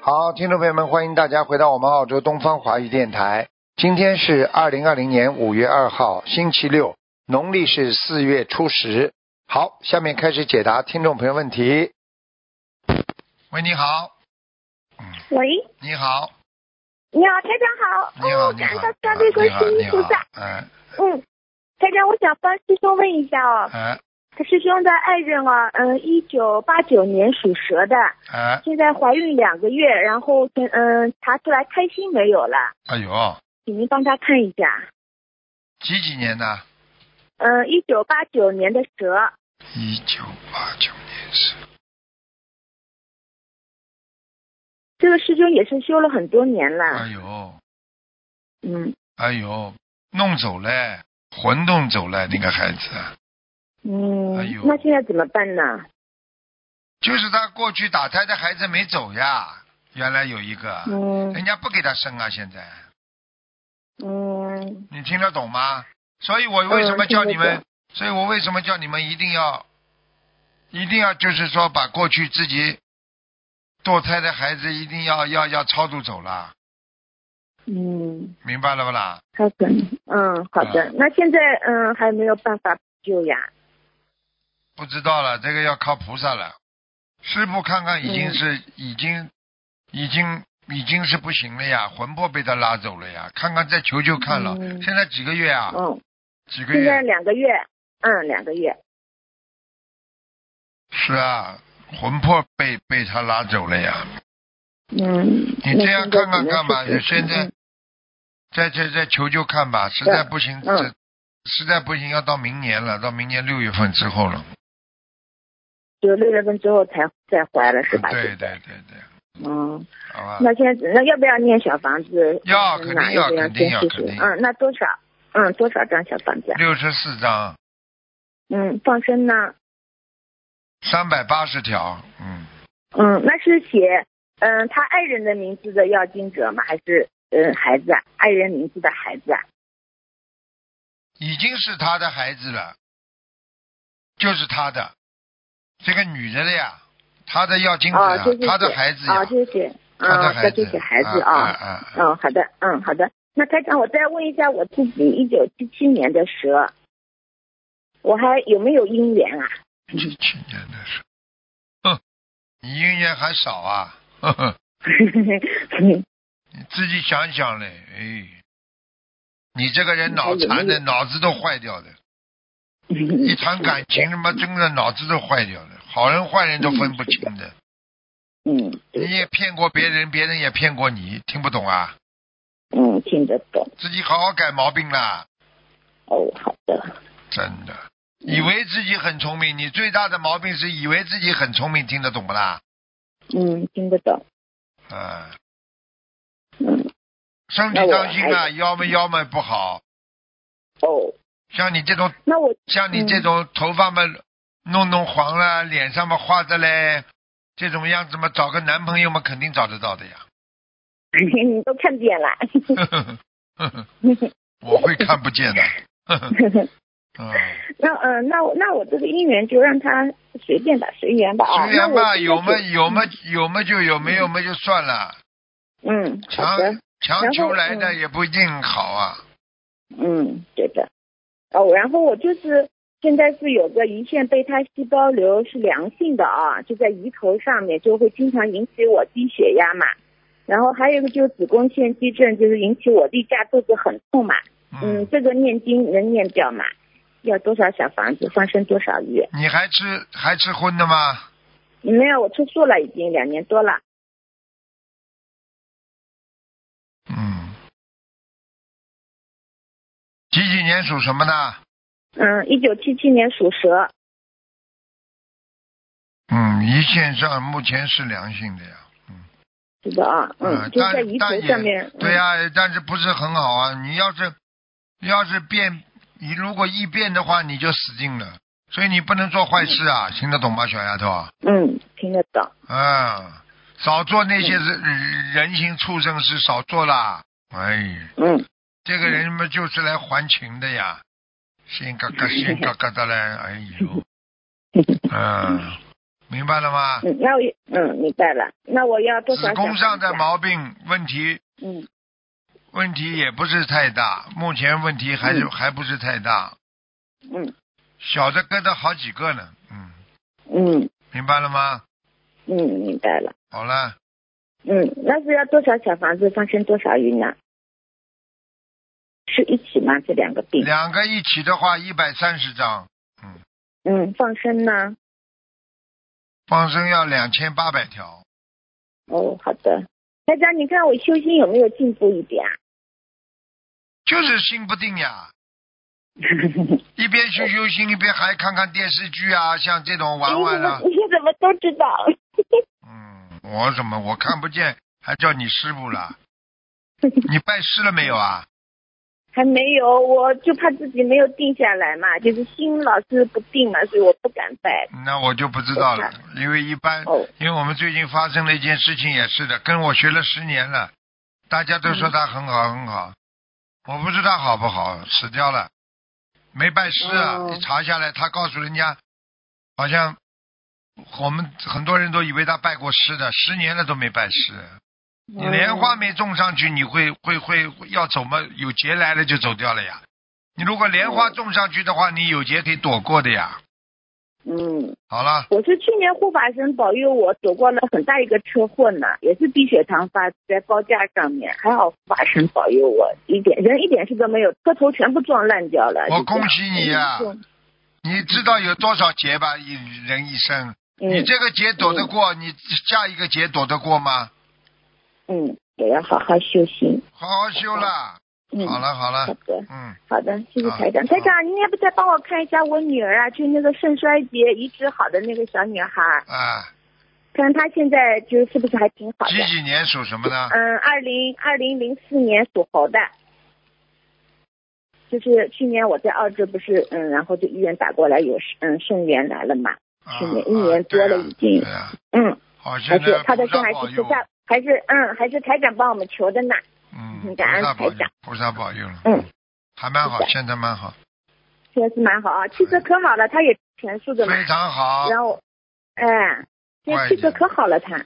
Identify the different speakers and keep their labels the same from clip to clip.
Speaker 1: 好，听众朋友们，欢迎大家回到我们澳洲东方华语电台。今天是二零二零年五月二号，星期六，农历是四月初十。好，下面开始解答听众朋友问题。喂，你好，
Speaker 2: 喂，
Speaker 1: 你好，
Speaker 2: 你好，台长好。
Speaker 1: 你好，
Speaker 2: 哦，
Speaker 1: 你
Speaker 2: 感
Speaker 1: 好，
Speaker 2: 到大悲观
Speaker 1: 你好，
Speaker 2: 世
Speaker 1: 你
Speaker 2: 音菩
Speaker 1: 好
Speaker 2: 萨。，
Speaker 1: 嗯
Speaker 2: 嗯，台长，我想帮师兄问一下哦，
Speaker 1: 嗯
Speaker 2: 师兄的爱人啊，嗯，一九八九年属蛇的，
Speaker 1: 嗯，
Speaker 2: 现在怀孕两个月，然后嗯嗯查出来胎心没有了，
Speaker 1: 哎呦，
Speaker 2: 请您帮他看一下。
Speaker 1: 几几年的？
Speaker 2: 嗯，一九八九年的蛇，
Speaker 1: 一九八九年是，
Speaker 2: 这个师兄也是修了很多年了
Speaker 1: 哎。呦，
Speaker 2: 嗯
Speaker 1: 哎呦，弄走了，魂弄走了那个孩子。
Speaker 2: 嗯
Speaker 1: 哎呦，
Speaker 2: 那现在怎么办呢？
Speaker 1: 就是他过去打胎的孩子没走呀，原来有一个，
Speaker 2: 嗯
Speaker 1: 人家不给他生啊，现在
Speaker 2: 嗯，
Speaker 1: 你听得懂吗？所以我为什么叫你
Speaker 2: 听
Speaker 1: 们，
Speaker 2: 得懂
Speaker 1: 所以我为什么叫你们一定要，一定要就是说把过去自己堕胎的孩子一定要要要超度走了，
Speaker 2: 嗯，
Speaker 1: 明白了不啦？
Speaker 2: 还可能。嗯，好的。
Speaker 1: 啊
Speaker 2: 那现在嗯还没有办法救呀。
Speaker 1: 不知道了，这个要靠菩萨了。师傅看看已经
Speaker 2: 嗯
Speaker 1: 是、已经已经已经是不行了呀，魂魄被他拉走了呀，看看再求求看了。
Speaker 2: 嗯
Speaker 1: 现在几个月啊？
Speaker 2: 嗯，
Speaker 1: 几个
Speaker 2: 现在
Speaker 1: 月？
Speaker 2: 两个月，嗯，两个月，
Speaker 1: 是啊，魂魄被被他拉走了呀。
Speaker 2: 嗯。
Speaker 1: 你这样看看干嘛
Speaker 2: 那
Speaker 1: 现在
Speaker 2: 嗯
Speaker 1: 再再再求求看吧，实在不行，
Speaker 2: 嗯
Speaker 1: 这实在不行要到明年了，到明年六月份之后了。
Speaker 2: 就六月份之后才再怀了是吧？
Speaker 1: 对对对对，
Speaker 2: 嗯，
Speaker 1: 好吧。
Speaker 2: 那现在那要不要念小房子？
Speaker 1: 要
Speaker 2: 嗯
Speaker 1: 肯定
Speaker 2: 哪一
Speaker 1: 要
Speaker 2: 个
Speaker 1: 肯定
Speaker 2: 先
Speaker 1: 要
Speaker 2: 试
Speaker 1: 肯
Speaker 2: 试
Speaker 1: 定
Speaker 2: 嗯，那多少？嗯，多少张小房子啊？
Speaker 1: 六十四章，
Speaker 2: 嗯，放生呢？
Speaker 1: 三百八十条，嗯，
Speaker 2: 嗯，那是写嗯他爱人的名字的要经者吗？还是嗯孩子啊？爱人名字的孩子啊？
Speaker 1: 已经是他的孩子了，就是他的，这个女的了呀，他的要精子
Speaker 2: 哦
Speaker 1: 呀，，
Speaker 2: 就是
Speaker 1: 他的
Speaker 2: 写
Speaker 1: 孩子呀
Speaker 2: 哦，，就是写
Speaker 1: 他
Speaker 2: 嗯
Speaker 1: 的，孩
Speaker 2: 那就
Speaker 1: 子
Speaker 2: 写，孩子
Speaker 1: 啊
Speaker 2: 啊。
Speaker 1: 啊啊，
Speaker 2: 嗯，好的，嗯，好的。那台长，我再问一下我自己，一九七七年的蛇，我还有没有姻缘啊？
Speaker 1: 七七年的时候，哼，你姻缘还少啊，呵呵，你自己想想嘞，哎，你这个人脑残的，脑子都坏掉的，一谈感情他妈真的脑子都坏掉了，好人坏人都分不清的，
Speaker 2: 嗯，
Speaker 1: 你
Speaker 2: 对，
Speaker 1: 也骗过别人，别人也骗过你，听不懂啊？
Speaker 2: 嗯，听得懂。
Speaker 1: 自己好好改毛病啦，
Speaker 2: 哦，好的。
Speaker 1: 真的，
Speaker 2: 嗯
Speaker 1: 以为自己很聪明，你最大的毛病是以为自己很聪明，听得懂不啦？
Speaker 2: 嗯，听得懂。
Speaker 1: 啊，
Speaker 2: 嗯，
Speaker 1: 身体
Speaker 2: 那我
Speaker 1: 当心啊，
Speaker 2: 还
Speaker 1: 腰嘛腰嘛不好，
Speaker 2: 哦，
Speaker 1: 像你这种
Speaker 2: 那我
Speaker 1: 像你这
Speaker 2: 嗯
Speaker 1: 种头发嘛，弄弄黄了，脸上嘛画着嘞，这种样子嘛，找个男朋友嘛，肯定找得到的呀。
Speaker 2: 你都看见了。
Speaker 1: 我会看不见的。 嗯，
Speaker 2: 那嗯、呃，那我那我这个姻缘就让他随便吧，随缘吧啊。
Speaker 1: 随缘
Speaker 2: 那我
Speaker 1: 吧，
Speaker 2: 这个
Speaker 1: 有嘛
Speaker 2: 是
Speaker 1: 有嘛有嘛就有，没有嘛就算了。
Speaker 2: 嗯，好
Speaker 1: 强
Speaker 2: 的。
Speaker 1: 强
Speaker 2: 然
Speaker 1: 求
Speaker 2: 后
Speaker 1: 来的
Speaker 2: 嗯
Speaker 1: 也不一定好啊。
Speaker 2: 嗯，对的。哦，然后我就是现在是有个胰腺贝塔细胞瘤是良性的啊，就在胰头上面，就会经常引起我低血压嘛。然后还有一个就是子宫腺肌症，就是引起我例假肚子很痛嘛。嗯，
Speaker 1: 嗯，
Speaker 2: 这个念经能念掉嘛？要多少小房子放生多少鱼？
Speaker 1: 你还吃还吃荤的吗？
Speaker 2: 没有，我吃素了，已经两年多了。
Speaker 1: 嗯。几几年属什么的？
Speaker 2: 嗯，一九七七年属蛇。
Speaker 1: 嗯，胰腺上目前是良性的呀。
Speaker 2: 是的啊，
Speaker 1: 嗯
Speaker 2: 嗯，就
Speaker 1: 但
Speaker 2: 在胰
Speaker 1: 但
Speaker 2: 头
Speaker 1: 也
Speaker 2: 上面。嗯
Speaker 1: 对呀、但是不是很好啊？你要是要是变，你如果一变的话，你就死定了。所以你不能做坏事啊，
Speaker 2: 嗯
Speaker 1: 听得懂吗，小丫头啊？
Speaker 2: 嗯，嗯，听得懂。
Speaker 1: 嗯，少做那
Speaker 2: 嗯
Speaker 1: 些人、人形畜生事，少做啦。哎，
Speaker 2: 嗯，
Speaker 1: 这个人嘛就是来还情的呀， 心嘎嘎心嘎嘎的嘞，哎呦，嗯，明白了吗？
Speaker 2: 嗯，那我也嗯明白了，那我要多少
Speaker 1: 子
Speaker 2: 小
Speaker 1: 宫上
Speaker 2: 房
Speaker 1: 的
Speaker 2: 子啊
Speaker 1: 毛病问题
Speaker 2: 嗯
Speaker 1: 问题也不是太大，目前问题还是、
Speaker 2: 嗯
Speaker 1: 还不是太大，
Speaker 2: 嗯
Speaker 1: 小的疙瘩好几个呢，嗯，
Speaker 2: 嗯
Speaker 1: 明白了吗？
Speaker 2: 嗯明白了，
Speaker 1: 好了，
Speaker 2: 嗯，那是要多少小房子放生多少鱼呢？是一起吗？这两个病？
Speaker 1: 两个一起的话一百三十张，
Speaker 2: 嗯，放生呢？
Speaker 1: 放生要两千八百条，
Speaker 2: 哦，好的。台长，你看我修心有没有进步一 点啊？
Speaker 1: 就是心不定呀，一边修修心，一边还看看电视剧啊，像这种玩玩啊，
Speaker 2: 哎 你怎么都知道？
Speaker 1: 嗯，我怎么我看不见，还叫你师傅了？你拜师了没有啊？
Speaker 2: 还没有，我就怕自己没有定下来嘛，就是心老是不定嘛，所以我不敢拜。
Speaker 1: 那我就不知道了
Speaker 2: 我，
Speaker 1: 因为一般，
Speaker 2: 哦，
Speaker 1: 因为我们最近发生了一件事情，也是的，跟我学了十年了，大家都说他很好很好，我不知道好不好，死掉了，没拜师啊！
Speaker 2: 哦
Speaker 1: 一查下来，他告诉人家，好像我们很多人都以为他拜过师的，十年了都没拜师，
Speaker 2: 哦
Speaker 1: 你莲花没种上去，你会会会会要走吗？有劫来了就走掉了呀。你如果莲花种上去的话，你有劫可以躲过的呀。
Speaker 2: 嗯，
Speaker 1: 好了，
Speaker 2: 我是去年护法神保佑我躲过了很大一个车祸呢，也是低血糖发在包架上面，还好护法神保佑我，一点人一点事都没有，车头全部撞烂掉了。
Speaker 1: 我
Speaker 2: 就这样
Speaker 1: 恭喜你啊呀
Speaker 2: 嗯
Speaker 1: 你知道有多少劫吧？一人一生，你
Speaker 2: 嗯
Speaker 1: 这个劫躲得过，你下一个劫躲得过吗？
Speaker 2: 嗯，也要好好修心。
Speaker 1: 好好修了，
Speaker 2: 嗯，
Speaker 1: 好了好
Speaker 2: 好
Speaker 1: 了，
Speaker 2: 的。
Speaker 1: 嗯，
Speaker 2: 好的，谢谢台长。
Speaker 1: 啊
Speaker 2: 台长，您要不再帮我看一下我女儿啊，就那个肾衰竭移植好的那个小女孩，
Speaker 1: 啊，
Speaker 2: 看她现在就是不是还挺好
Speaker 1: 几
Speaker 2: 的？
Speaker 1: 几年属什么呢？
Speaker 2: 嗯，二零二零零四年属猴的，就是去年我在澳洲不是嗯，然后就医院打过来有嗯肾源来了嘛，
Speaker 1: 啊
Speaker 2: 去年一年多了已
Speaker 1: 啊对
Speaker 2: 经
Speaker 1: 啊，
Speaker 2: 嗯，
Speaker 1: 好，
Speaker 2: 而
Speaker 1: 现
Speaker 2: 且
Speaker 1: 在
Speaker 2: 她的
Speaker 1: 菩
Speaker 2: 肾
Speaker 1: 萨
Speaker 2: 还
Speaker 1: 保
Speaker 2: 是菩
Speaker 1: 佑，
Speaker 2: 萨还是嗯还是台长帮我们求的呢，
Speaker 1: 嗯，
Speaker 2: 感
Speaker 1: 菩
Speaker 2: 恩
Speaker 1: 萨保
Speaker 2: 台
Speaker 1: 佑
Speaker 2: 长，
Speaker 1: 菩萨保佑了，
Speaker 2: 嗯，
Speaker 1: 还蛮好
Speaker 2: 是，的
Speaker 1: 现在蛮好，
Speaker 2: 确实蛮好啊，气色可好了，她也全素的嘛。嗯
Speaker 1: 非常好，
Speaker 2: 然后，哎，
Speaker 1: 快
Speaker 2: 这
Speaker 1: 一
Speaker 2: 气色
Speaker 1: 点
Speaker 2: 可好了他。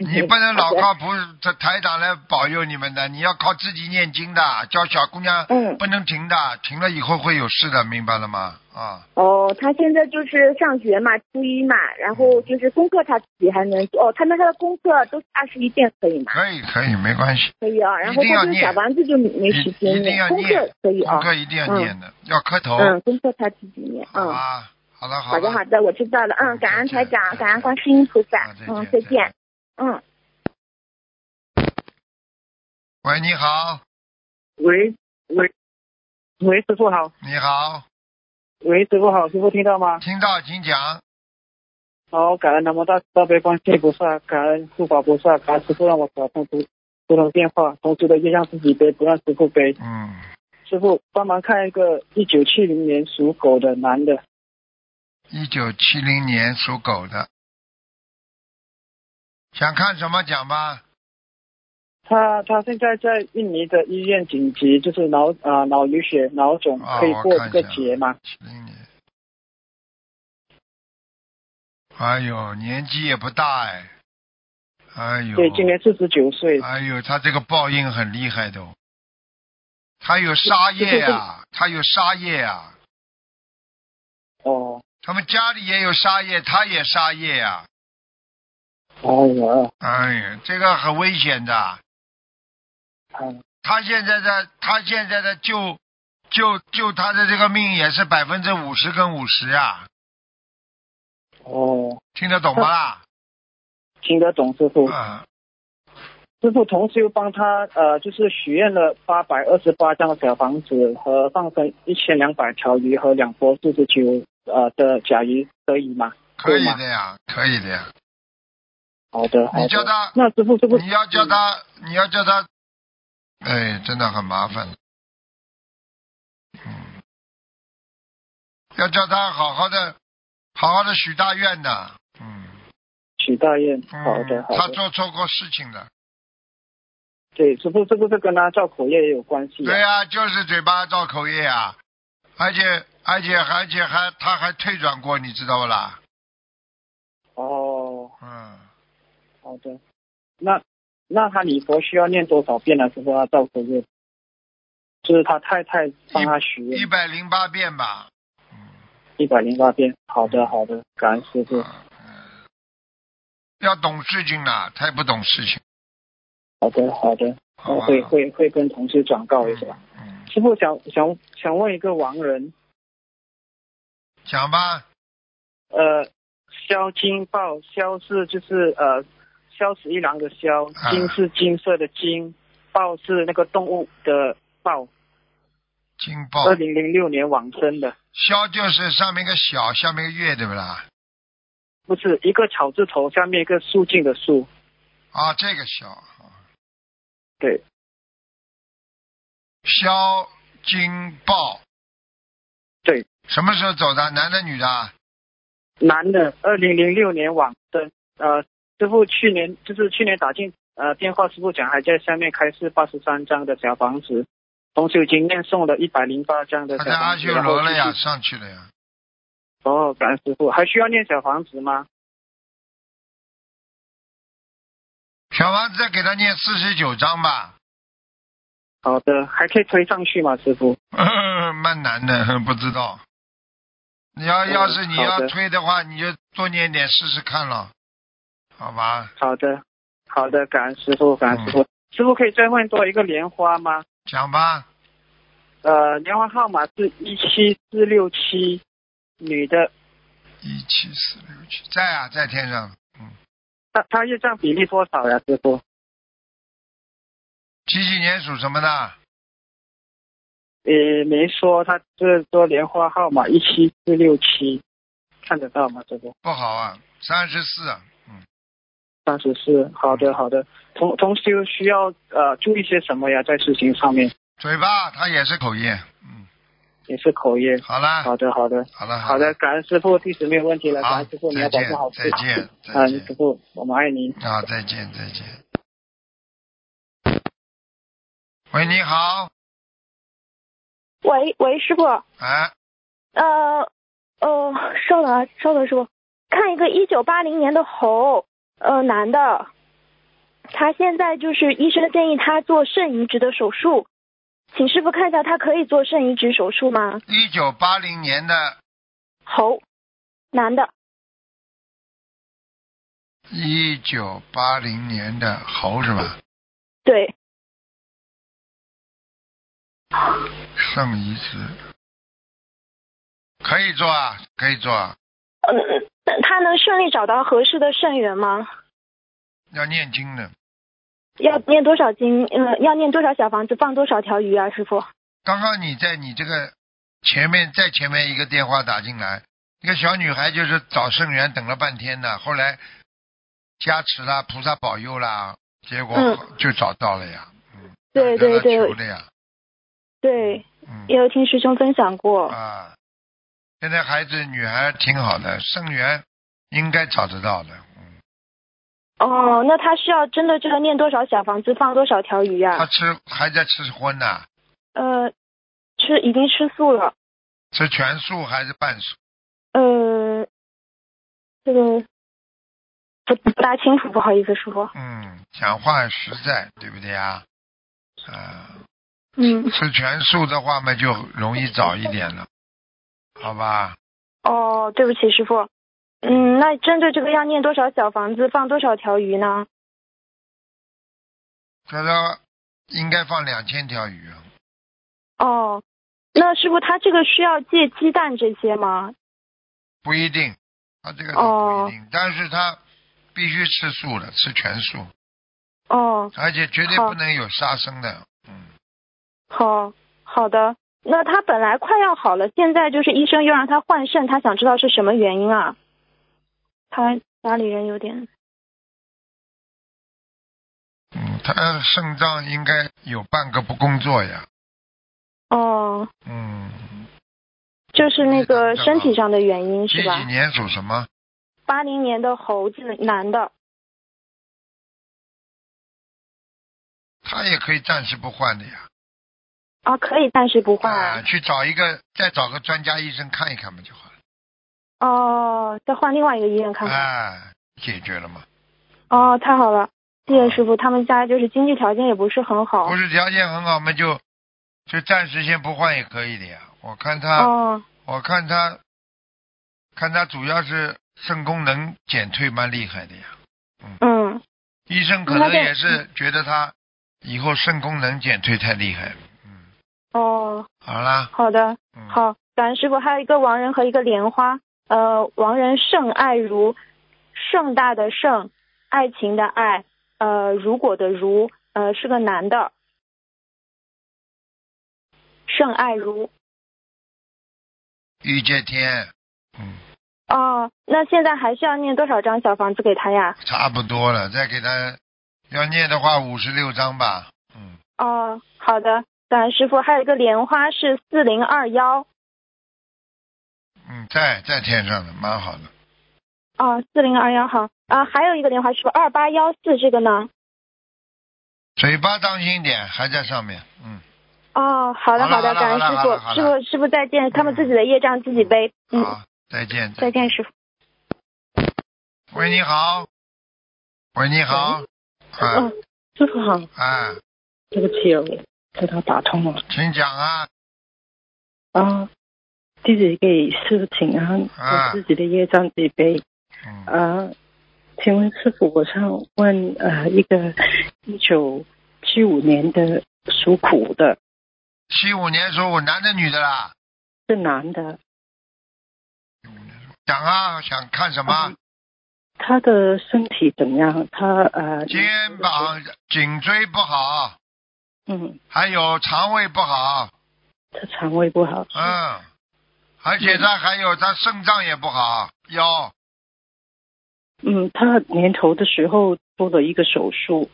Speaker 1: 你不能老
Speaker 2: 好的
Speaker 1: 靠菩这台长来保佑你们的，你要靠自己念经的，教小姑娘
Speaker 2: 嗯
Speaker 1: 不能停的，停了以后会有事的，明白了吗？啊，
Speaker 2: 哦，他现在就是上学嘛，初一嘛，然
Speaker 1: 嗯
Speaker 2: 后就是功课他自己还能做。哦，他们他的功课都是二十一遍可以吗？
Speaker 1: 可以可以，没关系，
Speaker 2: 可以啊、然后
Speaker 1: 一定要
Speaker 2: 他就是
Speaker 1: 念
Speaker 2: 小房子就没没
Speaker 1: 一
Speaker 2: 时
Speaker 1: 一
Speaker 2: 间
Speaker 1: 定要
Speaker 2: 念，功课
Speaker 1: 念，
Speaker 2: 可以啊、
Speaker 1: 功课一定要念的，要磕头，
Speaker 2: 嗯，功课他自己念。
Speaker 1: 好
Speaker 2: 嗯，
Speaker 1: 吧？好了
Speaker 2: 好的
Speaker 1: 了，
Speaker 2: 好的，我知道了。嗯，感恩
Speaker 1: 再
Speaker 2: 台
Speaker 1: 见
Speaker 2: 长，
Speaker 1: 再
Speaker 2: 感恩
Speaker 1: 见
Speaker 2: 观世音菩萨
Speaker 1: 啊。再
Speaker 2: 嗯
Speaker 1: 见，
Speaker 2: 再
Speaker 1: 再
Speaker 2: 见
Speaker 1: 见。
Speaker 2: 嗯，
Speaker 1: 喂，你好，
Speaker 3: 喂喂喂，师傅好，
Speaker 1: 你好，
Speaker 3: 喂师傅好，师傅听到吗？
Speaker 1: 听到请讲，
Speaker 3: 好，感恩南无大慈大悲观世音菩萨，感恩护法菩萨，感恩师傅让我打通读沟通电话，同时的也让自己背，不让师傅背。
Speaker 1: 嗯，
Speaker 3: 师傅帮忙看一个一九七零年属狗的男的，
Speaker 1: 一九七零年属狗的，想看什么讲吧？
Speaker 3: 他他现在在印尼的医院紧急，就是脑啊、脑淤血、脑肿，
Speaker 1: 啊
Speaker 3: 嗯可以过
Speaker 1: 我看哦
Speaker 3: 这
Speaker 1: 一
Speaker 3: 个
Speaker 1: 下
Speaker 3: 节吗？
Speaker 1: 七零年。哎呦，年纪也不大哎，哎呦，
Speaker 3: 对，今年四十九岁，
Speaker 1: 哎呦，他这个报应很厉害的、哦，他有杀业呀、他有杀业啊呀、
Speaker 3: 哦，
Speaker 1: 他们家里也有杀业，他也杀业呀、
Speaker 3: 哎呀，
Speaker 1: 哎呀，这个很危险的。
Speaker 3: 嗯，
Speaker 1: 他现在的他现在的救救救他的这个命也是百分之五十跟五十啊，
Speaker 3: 哦，
Speaker 1: 听得懂吗啦？
Speaker 3: 听得懂师傅。
Speaker 1: 嗯，
Speaker 3: 师傅同时又帮他呃，就是许愿了八百二十八张小房子和放生一千两百条鱼和两波四十九呃的甲鱼，可以吗？
Speaker 1: 可以
Speaker 3: 吗？
Speaker 1: 的呀，可以的呀。
Speaker 3: 好的，好的。
Speaker 1: 你嗯叫他
Speaker 3: 那师傅是不是
Speaker 1: 你要叫他，你要叫他，哎，真的很麻烦。嗯，要叫他好好的，好好的许大愿的。嗯，
Speaker 3: 许大愿？
Speaker 1: 嗯
Speaker 3: 好的，好
Speaker 1: 他
Speaker 3: 的。
Speaker 1: 做错过事情的。
Speaker 3: 对，师傅是不是跟他造口业也有关系、
Speaker 1: 对
Speaker 3: 啊？
Speaker 1: 呀、就是嘴巴造口业啊，而且而且而且还他还退转过，你知道不啦？
Speaker 3: 哦，
Speaker 1: 嗯
Speaker 3: 好的，那那他礼佛需要念多少遍呢？师傅他照顾月，就是他太太帮他许
Speaker 1: 一
Speaker 3: 愿
Speaker 1: 百零八遍吧。
Speaker 3: 一百零八遍。好的，好的，感恩师傅。
Speaker 1: 嗯要懂事情了，太不懂事情，
Speaker 3: 好的，好的，
Speaker 1: 好啊
Speaker 3: 我
Speaker 1: 吧？
Speaker 3: 哦会会会跟同事转告一下。
Speaker 1: 嗯，
Speaker 3: 师傅想想想问一个亡人，
Speaker 1: 讲吧，
Speaker 3: 呃，萧金豹，萧是就是呃萧十一郎的萧，
Speaker 1: 啊
Speaker 3: 金是金色的金，豹是那个动物的豹。
Speaker 1: 金豹
Speaker 3: 二，零零六年往生的，
Speaker 1: 萧就是上面一个小，下面一个月，对不啦？
Speaker 3: 不是一个草字头下面一个肃静的肃，
Speaker 1: 啊，这个萧，
Speaker 3: 对，
Speaker 1: 萧金豹，
Speaker 3: 对，
Speaker 1: 什么时候走的？男的女的啊？
Speaker 3: 男的，二零零六年往生。呃，师傅去年就是去年打进呃电话，师傅讲还在下面开示八十三张的小房子，同时已经念诵了一百零八张的
Speaker 1: 他
Speaker 3: 小
Speaker 1: 在阿
Speaker 3: 房子。
Speaker 1: 修罗了
Speaker 3: 然后
Speaker 1: 呀，
Speaker 3: 继续
Speaker 1: 上去了呀。
Speaker 3: 哦，感恩师傅，还需要念小房子吗？
Speaker 1: 小王子再给他念四十九章吧，
Speaker 3: 好的，还可以推上去吗，师傅？
Speaker 1: 蛮难的， 不知道。你要
Speaker 3: 嗯
Speaker 1: 要是你
Speaker 3: 好的
Speaker 1: 要推的话，你就多念点试试看了，好吧？
Speaker 3: 好的，好的，感恩师傅，感恩师傅。师傅可以再问多一个莲花吗？
Speaker 1: 讲吧，
Speaker 3: 呃，莲花号码是一七四六七，女的，
Speaker 1: 一七四六七，在啊，在天上，嗯，
Speaker 3: 她她业障比例多少呀，师傅？
Speaker 1: 几几年属什么的？
Speaker 3: 也呃没说，他就是说莲花号码一七四六七，看得到吗？这个
Speaker 1: 不好啊，三十四，嗯，
Speaker 3: 三十四，好的好的。同同修需要呃注意些什么呀？在事情上面
Speaker 1: 嘴巴它也是口业，嗯，
Speaker 3: 也是口业。
Speaker 1: 好啦，
Speaker 3: 好的好的
Speaker 1: 好了，
Speaker 3: 好的，，感恩师傅，弟子没有问题了。感
Speaker 1: 啊好，
Speaker 3: 恩师傅，你要
Speaker 1: 再
Speaker 3: 保
Speaker 1: 见
Speaker 3: 护好，自
Speaker 1: 再
Speaker 3: 己。
Speaker 1: 见，
Speaker 3: 感
Speaker 1: 再
Speaker 3: 恩
Speaker 1: 见
Speaker 3: 师。傅，我们爱您。
Speaker 1: 啊，再
Speaker 3: 嗯
Speaker 1: 见，再见。喂，你好，
Speaker 2: 喂喂，师傅，
Speaker 1: 哎，
Speaker 2: 呃，呃，稍等啊，稍等，师傅，看一个一九八零年的猴，呃，男的，他现在就是医生建议他做肾移植的手术，请师傅看一下他可以做肾移植手术吗？
Speaker 1: 一九八零年的，
Speaker 2: 猴，男的，
Speaker 1: 一九八零年的猴是吧？
Speaker 2: 对，
Speaker 1: 肾移植可以做啊，可以做啊，
Speaker 2: 嗯，那他能顺利找到合适的肾源吗？
Speaker 1: 要念经的。
Speaker 2: 要念多少经？呃，要念多少小房子，放多少条鱼啊，师傅？
Speaker 1: 刚刚你在你这个前面再前面一个电话打进来，一个小女孩就是找圣源等了半天呢，后来加持啦、菩萨保佑啦，结果
Speaker 2: 嗯
Speaker 1: 就找到了呀。嗯，
Speaker 2: 对对对
Speaker 1: 让她求的呀，
Speaker 2: 对，也
Speaker 1: 嗯
Speaker 2: 有听师兄分享过。
Speaker 1: 啊，现在孩子女孩挺好的，圣源应该找得到的。嗯，
Speaker 2: 哦，那他需要真的这个念多少小房子，放多少条鱼
Speaker 1: 她
Speaker 2: 啊？
Speaker 1: 吃还在吃荤呢，
Speaker 2: 呃，吃已经吃素了。
Speaker 1: 吃全素还是半素？
Speaker 2: 呃，这个不不大清楚，不好意思，师傅。
Speaker 1: 嗯，讲话很实在，对不对啊？啊。
Speaker 2: 嗯，
Speaker 1: 吃全素的话嘛，就容易早一点了，好吧？
Speaker 2: 哦，对不起，师傅。嗯，那针对这个要念多少小房子，放多少条鱼呢？
Speaker 1: 他说应该放两千条鱼，啊
Speaker 2: 哦，那师傅他这个需要借鸡蛋这些吗？
Speaker 1: 不一定，他这个倒不一定，但是他必须吃素的，吃全素，
Speaker 2: 哦，
Speaker 1: 而且绝对
Speaker 2: 好
Speaker 1: 不能有杀生的。嗯，
Speaker 2: 好好的。那他本来快要好了，现在就是医生又让他换肾，他想知道是什么原因啊？他家里人有点
Speaker 1: 嗯，他肾脏应该有半个不工作呀。
Speaker 2: 哦，
Speaker 1: 嗯，
Speaker 2: 就是那个身体上的原因
Speaker 1: 几
Speaker 2: 是
Speaker 1: 几
Speaker 2: 吧？
Speaker 1: 年属什么？
Speaker 2: 八零年的猴子，男的。
Speaker 1: 他也可以暂时不换的呀。
Speaker 2: 啊，可以暂时不换
Speaker 1: 啊、
Speaker 2: 啊。
Speaker 1: 去找一个，再找个专家医生看一看嘛就好了。啊
Speaker 2: 哦，再换另外一个医院看看。
Speaker 1: 哎，解决了嘛。
Speaker 2: 哦，太好了，谢谢师傅。他们家就是经济条件也不是很好
Speaker 1: 啊不。是条件很好嘛，就就暂时先不换也可以的呀。我看他，
Speaker 2: 哦，
Speaker 1: 我看他，看他主要是肾功能减退蛮厉害的呀。
Speaker 2: 嗯，
Speaker 1: 医生可
Speaker 2: 那
Speaker 1: 能
Speaker 2: 他在
Speaker 1: 也是觉得他以后肾功能减退太厉害了。
Speaker 2: 哦，
Speaker 1: 好啦，
Speaker 2: 好的，
Speaker 1: 嗯，，
Speaker 2: 好，感恩师傅。还有一个亡人和一个莲花，呃，亡人盛爱如，盛大的盛，爱情的爱，呃，如果的如，呃，是个男的，盛爱如。
Speaker 1: 玉界天，嗯，
Speaker 2: 哦，那现在还需要念多少张小房子给他呀？
Speaker 1: 差不多了，再给他要念的话五十六章吧。嗯，
Speaker 2: 哦，好的，感恩师傅。还有一个莲花是四零二幺，
Speaker 1: 嗯，在在天上的，蛮好的。
Speaker 2: 哦，四零二幺好啊，还有一个莲花是不二八幺四这个呢？
Speaker 1: 嘴巴当心点，还在上面。嗯，
Speaker 2: 哦，好的
Speaker 1: 好了好了
Speaker 2: 的，感恩
Speaker 1: 好了
Speaker 2: 师
Speaker 1: 好了
Speaker 2: 傅，
Speaker 1: 好
Speaker 2: 师
Speaker 1: 了
Speaker 2: 傅师傅再见，他们自己的业障自己背，嗯，
Speaker 1: 好，再见。
Speaker 2: 再见师傅。
Speaker 1: 喂，你好。喂，你好。啊
Speaker 3: 哦，师傅好，
Speaker 1: 啊，
Speaker 3: 对不起，我给他打通了
Speaker 1: 请讲啊。
Speaker 3: 啊。自己给师傅请安，
Speaker 1: 啊
Speaker 3: 我自己的业障自己背
Speaker 1: 嗯，
Speaker 3: 啊。请问师傅，我想问呃，一个一九七五年的属虎的
Speaker 1: 七五年属虎，男的女的啦？
Speaker 3: 是男的，
Speaker 1: 讲啊，想看什么
Speaker 3: 嗯？他的身体怎样？他呃，
Speaker 1: 肩膀、颈椎不好，
Speaker 3: 嗯，
Speaker 1: 还有肠胃不好，
Speaker 3: 他肠胃不好，
Speaker 1: 嗯，而且他还有他肾脏也不好，腰，
Speaker 3: 嗯，他年头的时候做了一个手术，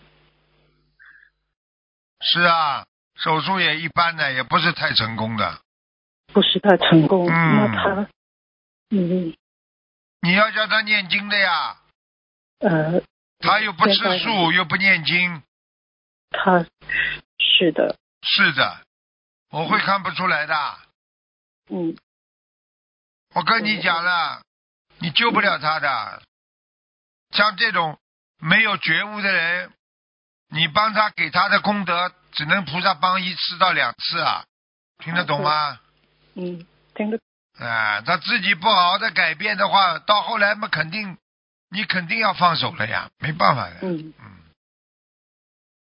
Speaker 1: 是啊，手术也一般的，也不是太成功的。
Speaker 3: 不是太成功，
Speaker 1: 嗯
Speaker 3: 那他，嗯
Speaker 1: 你要叫他念经的呀，
Speaker 3: 呃，
Speaker 1: 他又不吃
Speaker 3: 现在
Speaker 1: 素，又不念经，
Speaker 3: 他是的，
Speaker 1: 是的，我会看不出来的。
Speaker 3: 嗯，
Speaker 1: 我跟你讲了，你救不了他的。像这种没有觉悟的人，你帮他给他的功德，只能菩萨帮一次到两次啊，听得懂吗？
Speaker 3: 嗯，听得
Speaker 1: 啊，他自己不好好的改变的话，到后来嘛，肯定你肯定要放手了呀，没办法的。
Speaker 3: 嗯。
Speaker 1: 嗯，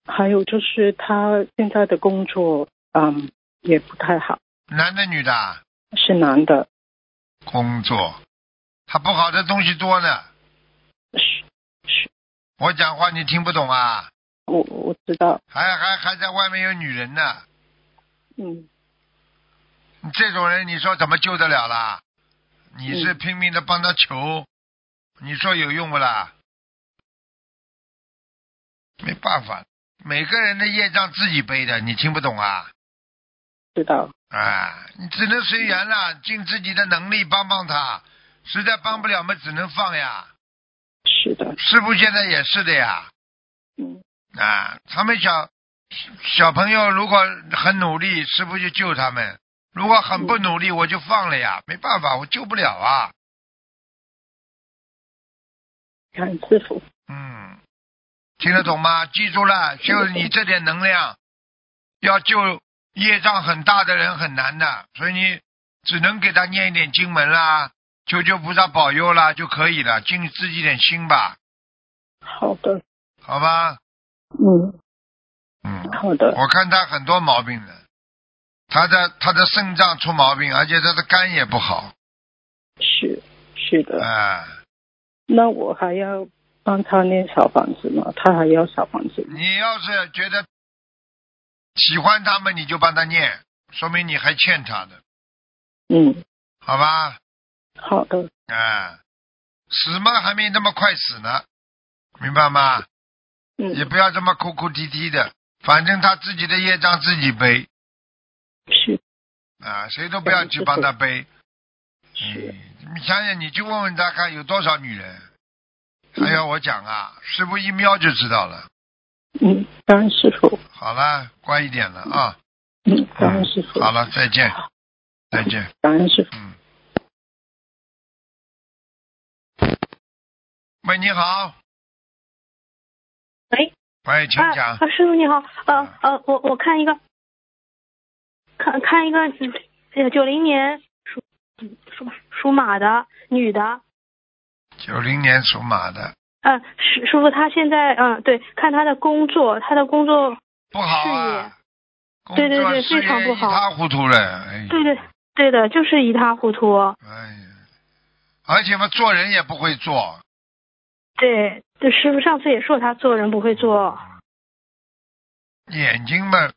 Speaker 3: 还有就是他现在的工作，嗯，也不太好，
Speaker 1: 男的女的啊，
Speaker 3: 是男的，
Speaker 1: 工作，他不好的东西多呢。
Speaker 3: 是是，
Speaker 1: 我讲话你听不懂啊？
Speaker 3: 我我知道，
Speaker 1: 还还还在外面有女人呢。
Speaker 3: 嗯
Speaker 1: 你这种人，你说怎么救得了啦？你是
Speaker 3: 嗯
Speaker 1: 拼命的帮他求，你说有用不啦？没办法，每个人的业障自己背的，你听不懂啊？
Speaker 3: 知道，
Speaker 1: 啊，你只能随缘啦，尽自己的能力帮帮他，实在帮不了嘛，只能放呀。
Speaker 3: 是的，
Speaker 1: 师傅现在也是的呀，
Speaker 3: 嗯
Speaker 1: 啊，他们小小朋友如果很努力，师傅就救他们；如果很不努力，
Speaker 3: 嗯
Speaker 1: 我就放了呀，没办法，我救不了啊。
Speaker 3: 感恩师傅，
Speaker 1: 嗯，听得懂吗？记住了，就你这点能量，要救业障很大的人很难的，所以你只能给他念一点经文啦，求求菩萨保佑啦就可以了，尽自己点心吧，
Speaker 3: 好的，
Speaker 1: 好吗？
Speaker 3: 嗯，
Speaker 1: 嗯，
Speaker 3: 好的，
Speaker 1: 我看他很多毛病的，他的他的肾脏出毛病，而且他的肝也不好，
Speaker 3: 是是
Speaker 1: 哎、
Speaker 3: 的，那我还要帮他念小房子吗？他还要小房子吗？
Speaker 1: 你要是觉得喜欢他们，你就帮他念，说明你还欠他的，
Speaker 3: 嗯，
Speaker 1: 好吧？
Speaker 3: 好的，
Speaker 1: 啊，死嘛还没那么快死呢，明白吗？也
Speaker 3: 嗯，
Speaker 1: 不要这么哭哭啼啼的，反正他自己的业障自己背
Speaker 3: 是
Speaker 1: 啊，谁都不要去帮他背。
Speaker 3: 是，
Speaker 1: 嗯，你想想，你去问问他看有多少女人，还要我讲啊？师傅一瞄就知道了。
Speaker 3: 嗯，感恩师傅，
Speaker 1: 好了，乖一点了啊。
Speaker 3: 嗯，感恩师傅，
Speaker 1: 好了，再见，再见。
Speaker 3: 感恩师傅，
Speaker 1: 嗯。喂，你好。喂，请
Speaker 4: 啊
Speaker 1: 讲。啊
Speaker 4: 啊，师傅你好，呃呃，我我看一个，看看一个，呃，九零年属属属马的女的，
Speaker 1: 九零年属马的，
Speaker 4: 嗯、师师傅她现在嗯、对，看她的工作，她的工作，
Speaker 1: 不好
Speaker 4: 事
Speaker 1: 啊
Speaker 4: 业，
Speaker 1: 工
Speaker 4: 对对
Speaker 1: 作
Speaker 4: 对
Speaker 1: 事业
Speaker 4: 非常不好
Speaker 1: 一塌糊涂了。哎，
Speaker 4: 对对对的，就是一塌糊涂，
Speaker 1: 哎呀，而且嘛，做人也不会做，
Speaker 4: 对，对，师傅上次也说她做人不会做，
Speaker 1: 眼睛嘛，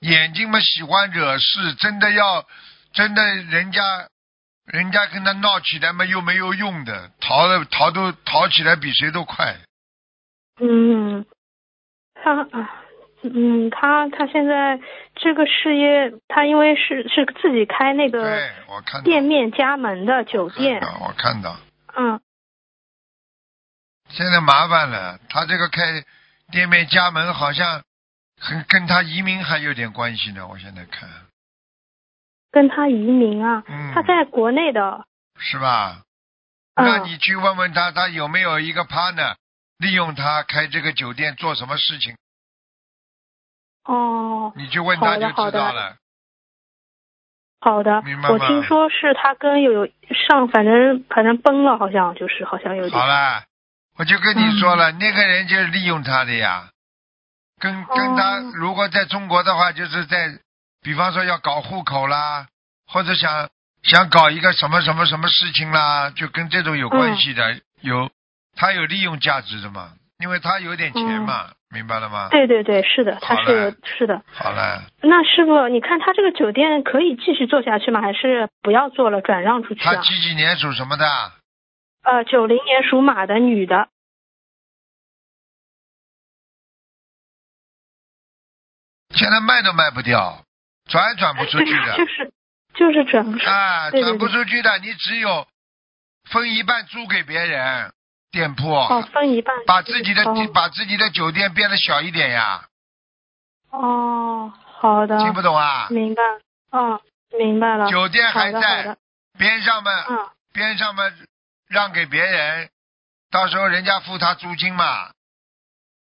Speaker 1: 眼睛嘛喜欢惹事，真的要，真的人家，人家跟他闹起来嘛又没有用的，逃的逃都逃起来比谁都快。
Speaker 4: 嗯，她啊。嗯，她她现在这个事业，她因为是是自己开那个
Speaker 1: 对，哎我看到
Speaker 4: 店面加盟的酒店
Speaker 1: 看，到我看到，
Speaker 4: 嗯，
Speaker 1: 现在麻烦了，他这个开店面加盟好像很跟他移民还有点关系呢，我现在看，
Speaker 4: 跟他移民啊，
Speaker 1: 嗯，
Speaker 4: 他在国内的，
Speaker 1: 是吧？
Speaker 4: 嗯
Speaker 1: 那你去问问他，他有没有一个 partner 利用他开这个酒店做什么事情？
Speaker 4: 哦，
Speaker 1: 你去问他
Speaker 4: 好
Speaker 1: 就
Speaker 4: 的
Speaker 1: 知道
Speaker 4: 好
Speaker 1: 了。
Speaker 4: 好的
Speaker 1: 明白，吗
Speaker 4: 我听说是他跟有有上，反正反正崩了，好像就是好像有点
Speaker 1: 好，了，我就跟你说了，那个人就是利用他的呀。跟跟他
Speaker 4: 嗯哦
Speaker 1: 如果在中国的话，就是在，比方说要搞户口啦，或者想想搞一个什么什么什么事情啦，就跟这种有关系
Speaker 4: 嗯
Speaker 1: 的，有他有利用价值的嘛，因为他有点钱嘛，明白了吗？
Speaker 4: 嗯对对对，是的，
Speaker 1: 好
Speaker 4: 他
Speaker 1: 了
Speaker 4: 是有是的。
Speaker 1: 好了。
Speaker 4: 那师傅，你看他这个酒店可以继续做下去吗？还是不要做了，转让出去
Speaker 1: 他
Speaker 4: 啊？
Speaker 1: 几几年属什么的？
Speaker 4: 呃，九零年属马的女的，
Speaker 1: 现在卖都卖不掉，转也转不出去
Speaker 4: 对， 就
Speaker 1: 的
Speaker 4: 是就是转不出，
Speaker 1: 啊，
Speaker 4: 对对
Speaker 1: 转不出去的，你只有分一半租给别人店铺，
Speaker 4: 哦，分一半，
Speaker 1: 把自己的
Speaker 4: 哦
Speaker 1: 把自己的酒店变得小一点呀，
Speaker 4: 哦，好的，
Speaker 1: 听不懂啊？
Speaker 4: 明白，嗯，明白了，
Speaker 1: 酒店
Speaker 4: 好
Speaker 1: 还
Speaker 4: 的好的
Speaker 1: 在，，边上嘛
Speaker 4: 嗯。
Speaker 1: 边上嘛让给别人，到时候人家付他租金嘛，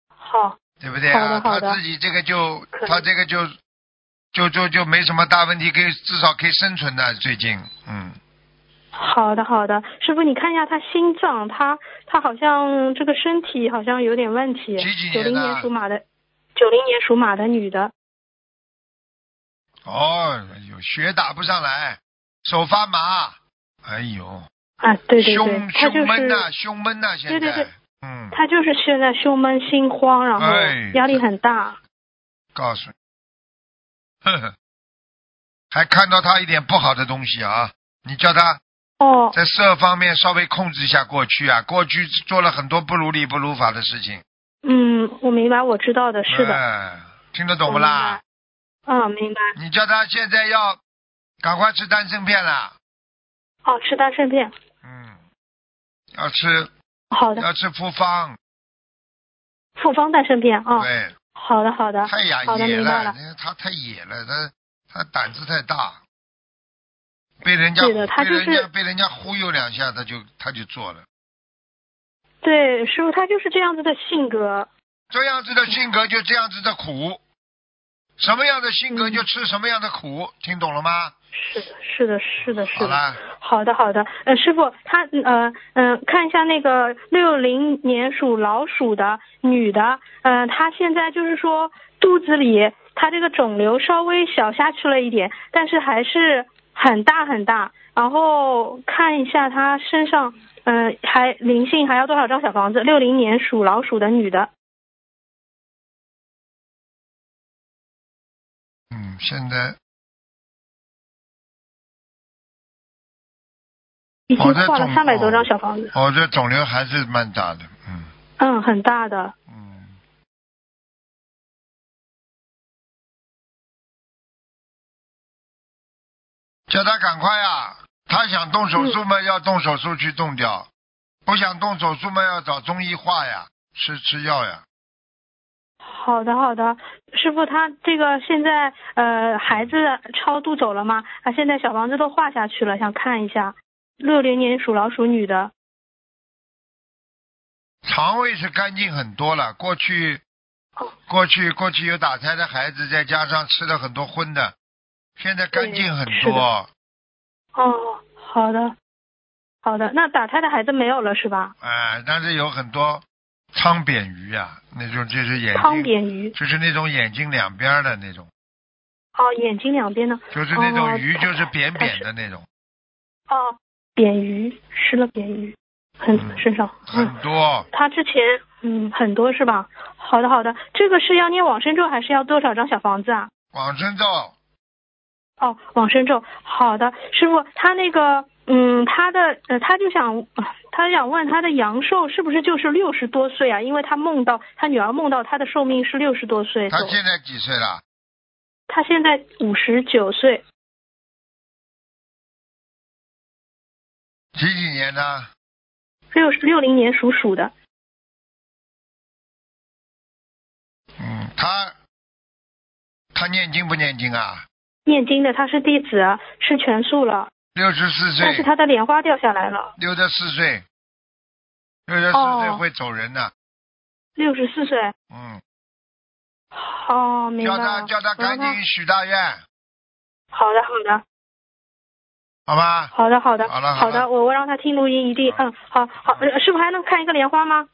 Speaker 4: 好，
Speaker 1: 对不对
Speaker 4: 好
Speaker 1: 啊？
Speaker 4: 的好的
Speaker 1: 他自己这个就
Speaker 4: 可以
Speaker 1: 他这个就就就就没什么大问题，可以至少可以生存的最近，嗯。
Speaker 4: 好的，好的，师傅，你看一下他心脏，他他好像这个身体好像有点问题
Speaker 1: 几几。
Speaker 4: 九
Speaker 1: 年
Speaker 4: 零
Speaker 1: 的
Speaker 4: 年属马的，九零年属马的女的，
Speaker 1: 哦，哎呦，血打不上来，手发麻，哎呦，
Speaker 4: 啊，对对对
Speaker 1: 胸，
Speaker 4: 他就
Speaker 1: 胸闷呐、
Speaker 4: 是
Speaker 1: 胸闷呐、现在，
Speaker 4: 对对对
Speaker 1: 嗯，
Speaker 4: 他就是现在胸闷心慌，然后
Speaker 1: 哎
Speaker 4: 压力很大。
Speaker 1: 告诉你，呵呵，还看到他一点不好的东西啊，你叫他
Speaker 4: 哦，
Speaker 1: 在色方面稍微控制一下过去啊，过去做了很多不如理不如法的事情，
Speaker 4: 嗯，我明白，我知道的，是的，
Speaker 1: 哎听得
Speaker 4: 我
Speaker 1: 懂不啦？
Speaker 4: 明白？嗯，明白。
Speaker 1: 你叫他现在要赶快吃丹参片啦，
Speaker 4: 哦，吃丹参片，
Speaker 1: 嗯，要吃
Speaker 4: 好的，
Speaker 1: 要吃复方，
Speaker 4: 复方丹参片啊。
Speaker 1: 对。
Speaker 4: 好的，好的，
Speaker 1: 太野
Speaker 4: 好的
Speaker 1: 野
Speaker 4: 明白
Speaker 1: 了
Speaker 4: 了，
Speaker 1: 那他太野了，他他胆子太大，被人家
Speaker 4: 对的他就是
Speaker 1: 被人家被人家忽悠两下，他就他就做了。
Speaker 4: 对，师傅他就是这样子的性格。
Speaker 1: 这样子的性格就这样子的苦，什么样的性格
Speaker 4: 嗯
Speaker 1: 就吃什么样的苦，听懂了吗？
Speaker 4: 是的，是的，是的，是
Speaker 1: 好
Speaker 4: 的。
Speaker 1: 啦，
Speaker 4: 好的，好的。呃，师傅，他呃嗯、呃，看一下那个六零年属老鼠的女的，呃，她现在就是说肚子里她这个肿瘤稍微小下去了一点，但是还是很大很大。然后看一下她身上，嗯、还灵性还要多少张小房子？六零年属老鼠的女的，
Speaker 1: 嗯，现在
Speaker 4: 已经
Speaker 1: 我在
Speaker 4: 画了
Speaker 1: 总
Speaker 4: 三百多张小房子，
Speaker 1: 我哦这肿瘤还是蛮大的，嗯
Speaker 4: 嗯，很大的。
Speaker 1: 嗯。叫他赶快啊！他想动手术嘛，要动手术去动掉；不想动手术嘛，要找中医化呀，吃吃药呀。
Speaker 4: 好的，好的，师傅，他这个现在呃，孩子超度走了吗？啊，现在小房子都画下去了，想看一下。六零年属老鼠女的，
Speaker 1: 肠胃是干净很多了，过去过去过去有打胎的孩子，再加上吃了很多荤的，现在干净很
Speaker 4: 是
Speaker 1: 多。
Speaker 4: 哦，好的，好的。那打胎的孩子没有了是吧？
Speaker 1: 哎，但是有很多汤扁鱼啊，那种就是眼
Speaker 4: 汤
Speaker 1: 睛，
Speaker 4: 扁鱼，
Speaker 1: 就是那种眼睛两边儿的那种，
Speaker 4: 哦，眼睛两边的，
Speaker 1: 就是那
Speaker 4: 哦
Speaker 1: 种鱼就是扁
Speaker 4: 它
Speaker 1: 扁
Speaker 4: 是
Speaker 1: 的那种，
Speaker 4: 哦，扁鱼吃了扁鱼，很
Speaker 1: 嗯
Speaker 4: 身上，嗯
Speaker 1: 很，多。
Speaker 4: 他之前嗯很多是吧？好的好的，这个是要念往生咒还是要多少张小房子啊？
Speaker 1: 往生咒，
Speaker 4: 哦，往生咒，好的，师傅，他那个，嗯，他的，呃，他就想， 啊他想问他的阳寿是不是就是六十多岁啊？因为他梦到他女儿梦到他的寿命是六十多岁，
Speaker 1: 他现在几岁了？
Speaker 4: 他现在五十九岁，
Speaker 1: 几几年的？
Speaker 4: 六六零年属鼠的，
Speaker 1: 嗯，他他念经不念经啊？
Speaker 4: 念经的，他是弟子，啊吃全素了，
Speaker 1: 六十四
Speaker 4: 但是
Speaker 1: 岁，
Speaker 4: 他的莲花掉下来了，
Speaker 1: 六十四岁，六十四岁
Speaker 4: 哦
Speaker 1: 会走人的。
Speaker 4: 六十四岁，
Speaker 1: 嗯，
Speaker 4: 哦，明白
Speaker 1: 叫
Speaker 4: 了
Speaker 1: 他，叫他
Speaker 4: 我让
Speaker 1: 赶紧许大愿，
Speaker 4: 好的好的
Speaker 1: 好吧？
Speaker 4: 好的好的
Speaker 1: 好了好
Speaker 4: 好
Speaker 1: 了
Speaker 4: 的，我我让他听录音一定，嗯，好好，呃师傅还能看一个莲花吗？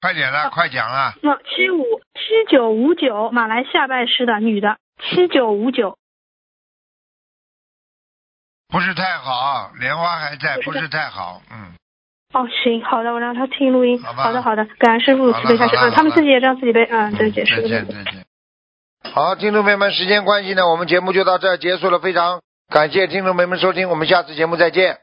Speaker 1: 快点了，快讲了。
Speaker 4: 那七五七九五九，马来西亚拜师的女的，七九五九，
Speaker 1: 不是太好，莲花还在，
Speaker 4: 不
Speaker 1: 不
Speaker 4: 是太
Speaker 1: 是太好，嗯，
Speaker 4: 哦，行，好的，我让她听录音。
Speaker 1: 好吧
Speaker 4: 好的，好的，感恩师傅慈悲开始，
Speaker 1: 好了好了
Speaker 4: 嗯，他们自己也让自己背，嗯，对，解释
Speaker 1: 再
Speaker 4: 的。
Speaker 1: 见再见。好，听众朋友们，时间关系呢，我们节目就到这儿结束了，非常感谢听众朋友们收听，我们下次节目再见。